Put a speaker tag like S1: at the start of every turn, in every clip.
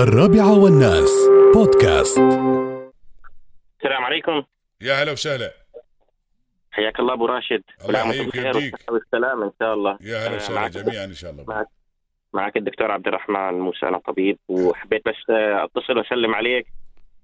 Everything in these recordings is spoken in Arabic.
S1: الرابعة والناس بودكاست
S2: السلام عليكم
S3: يا هلا وسهلا
S2: حياك الله ابو راشد
S3: الله
S2: كل عام وانتم
S3: يحييك
S2: بخير
S3: ويهديك.
S2: والصحة والسلام ان شاء الله
S3: يا هلا
S2: آه،
S3: وسهلا
S2: معك-
S3: جميعا ان شاء الله
S2: معك. معك الدكتور عبد الرحمن موسى انا طبيب وحبيت بس آه، اتصل واسلم عليك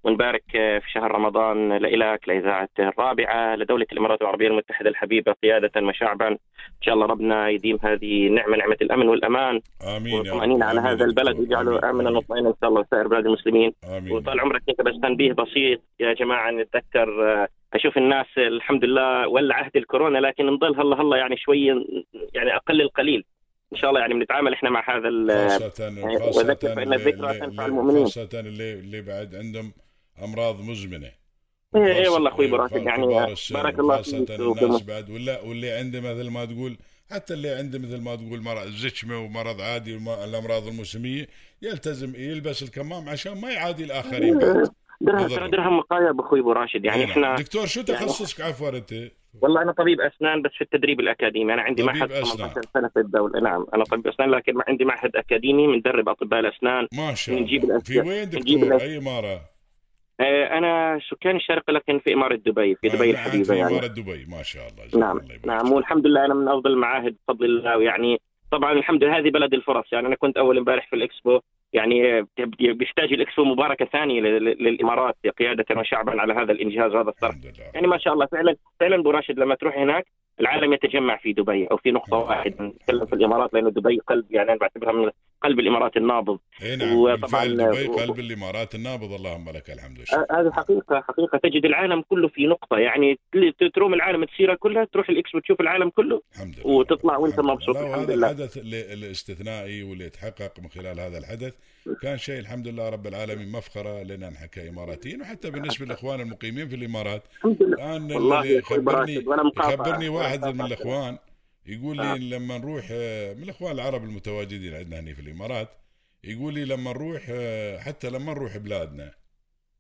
S2: ونبارك آه، في شهر رمضان لإلك لإذاعة الرابعة لدولة الإمارات العربية المتحدة الحبيبة قيادة وشعبا إن شاء الله ربنا يديم هذه النعمة نعمة الأمن والأمان
S3: امين يا رب.
S2: والطمأنينة على
S3: آمين
S2: هذا
S3: يا
S2: البلد
S3: دكتور.
S2: ويجعله
S3: آمين.
S2: آمنا مطمئنا إن شاء الله وسائر بلاد المسلمين
S3: امين
S2: وطال عمرك انت بس تنبيه بسيط يا جماعه نتذكر آه، اشوف الناس آه، الحمد لله ولا عهد الكورونا لكن نضل هلا هلا يعني شوي يعني اقل القليل ان شاء الله يعني بنتعامل احنا مع هذا ال-
S3: خاصة
S2: يعني
S3: خاصة
S2: وذكر فإن
S3: اللي-
S2: الذكرى
S3: اللي-
S2: تنفع
S3: اللي-
S2: المؤمنين.
S3: خاصة اللي اللي بعد عندهم امراض مزمنة
S2: إيه، إيه والله أخوي
S3: خاصة-
S2: براشد،
S3: إيه،
S2: يعني
S3: كبار السن
S2: بارك الله
S3: وخاصة
S2: فيك وفي
S3: الناس
S2: الم-
S3: بعد ولا واللي عنده مثل ما تقول حتى اللي عنده مثل ما تقول مرض زكمة ومرض عادي والم- الامراض الموسمية يلتزم يلبس الكمام عشان ما يعادي الاخرين بعد.
S2: درهم
S3: بالضبط.
S2: ترى درهم مقايض اخوي ابو راشد يعني
S3: نعم.
S2: احنا
S3: دكتور شو
S2: يعني-
S3: تخصصك عفوا انت؟
S2: والله انا طبيب اسنان بس في التدريب الاكاديمي انا عندي
S3: طبيب
S2: معهد
S3: أسنان.
S2: 18 سنه في الدوله نعم انا طبيب اسنان لكن ما عندي معهد اكاديمي مندرب اطباء الاسنان
S3: ما شاء
S2: نجيب
S3: الله في
S2: الأشياء.
S3: وين
S2: نجيب
S3: دكتور؟
S2: الأشياء.
S3: اي اماره؟
S2: آه، انا سكان الشرق لكن في اماره دبي في دبي
S3: آه، نعم،
S2: الحبيبه
S3: في
S2: يعني
S3: اماره دبي ما شاء الله جزاك
S2: نعم
S3: الله يبارك
S2: نعم
S3: فيك.
S2: والحمد لله انا من افضل المعاهد بفضل الله ويعني طبعا الحمد لله هذه بلد الفرص يعني انا كنت اول امبارح في الاكسبو يعني بيحتاج الاكسبو مباركه ثانيه لل- لل- للامارات قياده وشعبا على هذا الانجاز وهذا الصرف
S3: الحمد لله
S2: يعني ما شاء الله فعلا فعلا ابو راشد لما تروح هناك العالم يتجمع في دبي او في نقطه واحده نتكلم في الامارات لانه دبي قلب يعني انا بعتبرها من قلب الامارات النابض
S3: اي نعم
S2: وطبعاً-
S3: وطبعا دبي
S2: و-
S3: قلب الامارات النابض اللهم لك الحمد
S2: آه، هذه حقيقة حقيقة تجد العالم كله في نقطة يعني تل- تروم العالم تسيرها كلها تروح الإكسبو تشوف العالم كله
S3: الحمد لله
S2: وتطلع وأنت
S3: الحمد لله.
S2: مبسوط،
S3: لا،
S2: الحمد
S3: وهذا
S2: لله.
S3: الحدث اللي- الاستثنائي واللي تحقق من خلال هذا الحدث كان شيء الحمد لله رب العالمين مفخره لنا نحن كاماراتيين وحتى بالنسبه للاخوان المقيمين في الامارات
S2: الحمد لله
S3: الان
S2: أه. والله
S3: اللي
S2: يا أخوي
S3: خبرني
S2: براشد، ولا مقاطعة.
S3: خبرني
S2: ولا
S3: واحد من
S2: مقاطعة.
S3: الاخوان يقول
S2: آه.
S3: لي لما نروح آه، من الاخوان العرب المتواجدين عندنا هنا في الامارات يقول لي لما نروح آه، حتى لما نروح بلادنا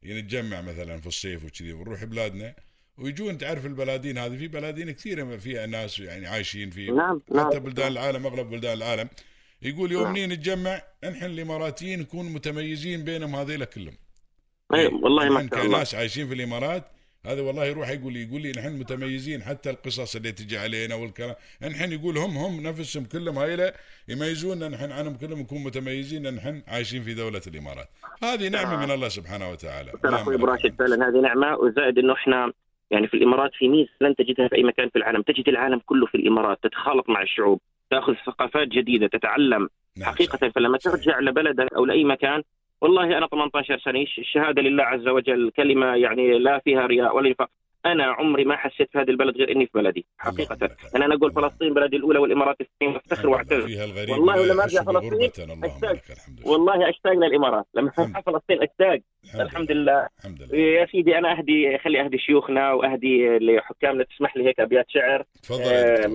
S3: يعني نتجمع مثلا في الصيف وكذي ونروح بلادنا ويجون تعرف البلادين هذه في بلادين كثيره فيها ناس يعني عايشين في
S2: نعم نعم
S3: حتى بلدان العالم اغلب بلدان العالم يقول يوم ني نتجمع نحن الاماراتيين نكون متميزين بينهم هذيلا كلهم إيه،
S2: أي إيه، والله ما
S3: نحن
S2: شاء الله
S3: كناس عايشين في الامارات هذا والله يروح يقول لي يقول لي نحن متميزين حتى القصص اللي تجي علينا والكلام نحن يقول هم هم نفسهم كلهم هايله يميزونا نحن عنهم كلهم نكون متميزين نحن عايشين في دوله الامارات هذه نعمه
S2: آه.
S3: من الله سبحانه وتعالى
S2: ترى
S3: نعم
S2: اخوي
S3: لك.
S2: ابو راشد فعلا هذه نعمه وزائد انه احنا يعني في الامارات في ميزه لن تجدها في اي مكان في العالم، تجد العالم كله في الامارات تتخالط مع الشعوب، تاخذ ثقافات جديده، تتعلم
S3: نعم،
S2: حقيقه فلما
S3: صحيح.
S2: ترجع لبلدك او لاي مكان والله انا 18 سنه الش- الشهاده لله عز وجل كلمه يعني لا فيها رياء ولا نفاق، انا عمري ما حسيت في هذه البلد غير اني في بلدي
S3: نعم.
S2: حقيقه،
S3: اللهم لك.
S2: يعني انا اقول
S3: اللهم.
S2: فلسطين بلدي الاولى والامارات الثانيه وافتخر واعتز
S3: نعم، فيها الغريب
S2: والله
S3: لا
S2: ولما
S3: يحس
S2: أرجع
S3: بغربة، اللهم
S2: أشتاق.
S3: لك الحمد لله
S2: والله اشتاق للامارات لما
S3: الحمد.
S2: أروح فلسطين اشتاق
S3: نعم.
S2: الحمد لله إيه،
S3: الحمد لله
S2: يا سيدي انا اهدي خلي اهدي شيوخنا واهدي لحكامنا تسمح لي هيك ابيات شعر
S3: تفضل يا دكتور.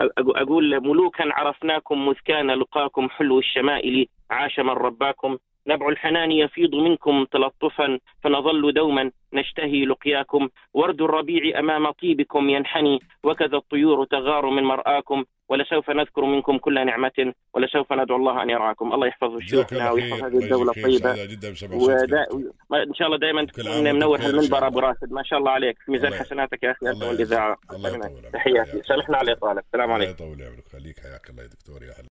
S2: آم، أق- اقول ملوكا عرفناكم مذ كان لقاكم حلو الشمائل عاش من رباكم نبع الحنان يفيض منكم تلطفا فنظل دوما نشتهي لقياكم ورد الربيع امام طيبكم ينحني وكذا الطيور تغار من مرآكم ولسوف نذكر منكم كل نعمة ولسوف ندعو الله ان يرعاكم الله يحفظ
S3: جزاك
S2: شيوخنا
S3: الله
S2: ويحفظ
S3: خير.
S2: هذه الدوله
S3: الله يجزيك خير.
S2: الطيبه
S3: سعداء جدا بسمع صوتك يا
S2: ودا...
S3: دكتور.
S2: ما ان شاء الله دائما
S3: كل عام
S2: تكون
S3: وانت
S2: منور
S3: بخير إن شاء
S2: هالمنبر ابو
S3: الله.
S2: راشد ما شاء الله عليك في ميزان
S3: الله يحفظك.
S2: حسناتك يا اخي انت
S3: الله
S2: والاذاعه
S3: يحفظك. الله
S2: أكثر منك.
S3: يطول عمرك.
S2: تحياتي
S3: حياك
S2: سامحنا
S3: الله.
S2: على الاطاله السلام عليكم
S3: الله يطول عمرك خليك حياك الله يا دكتور يا هلا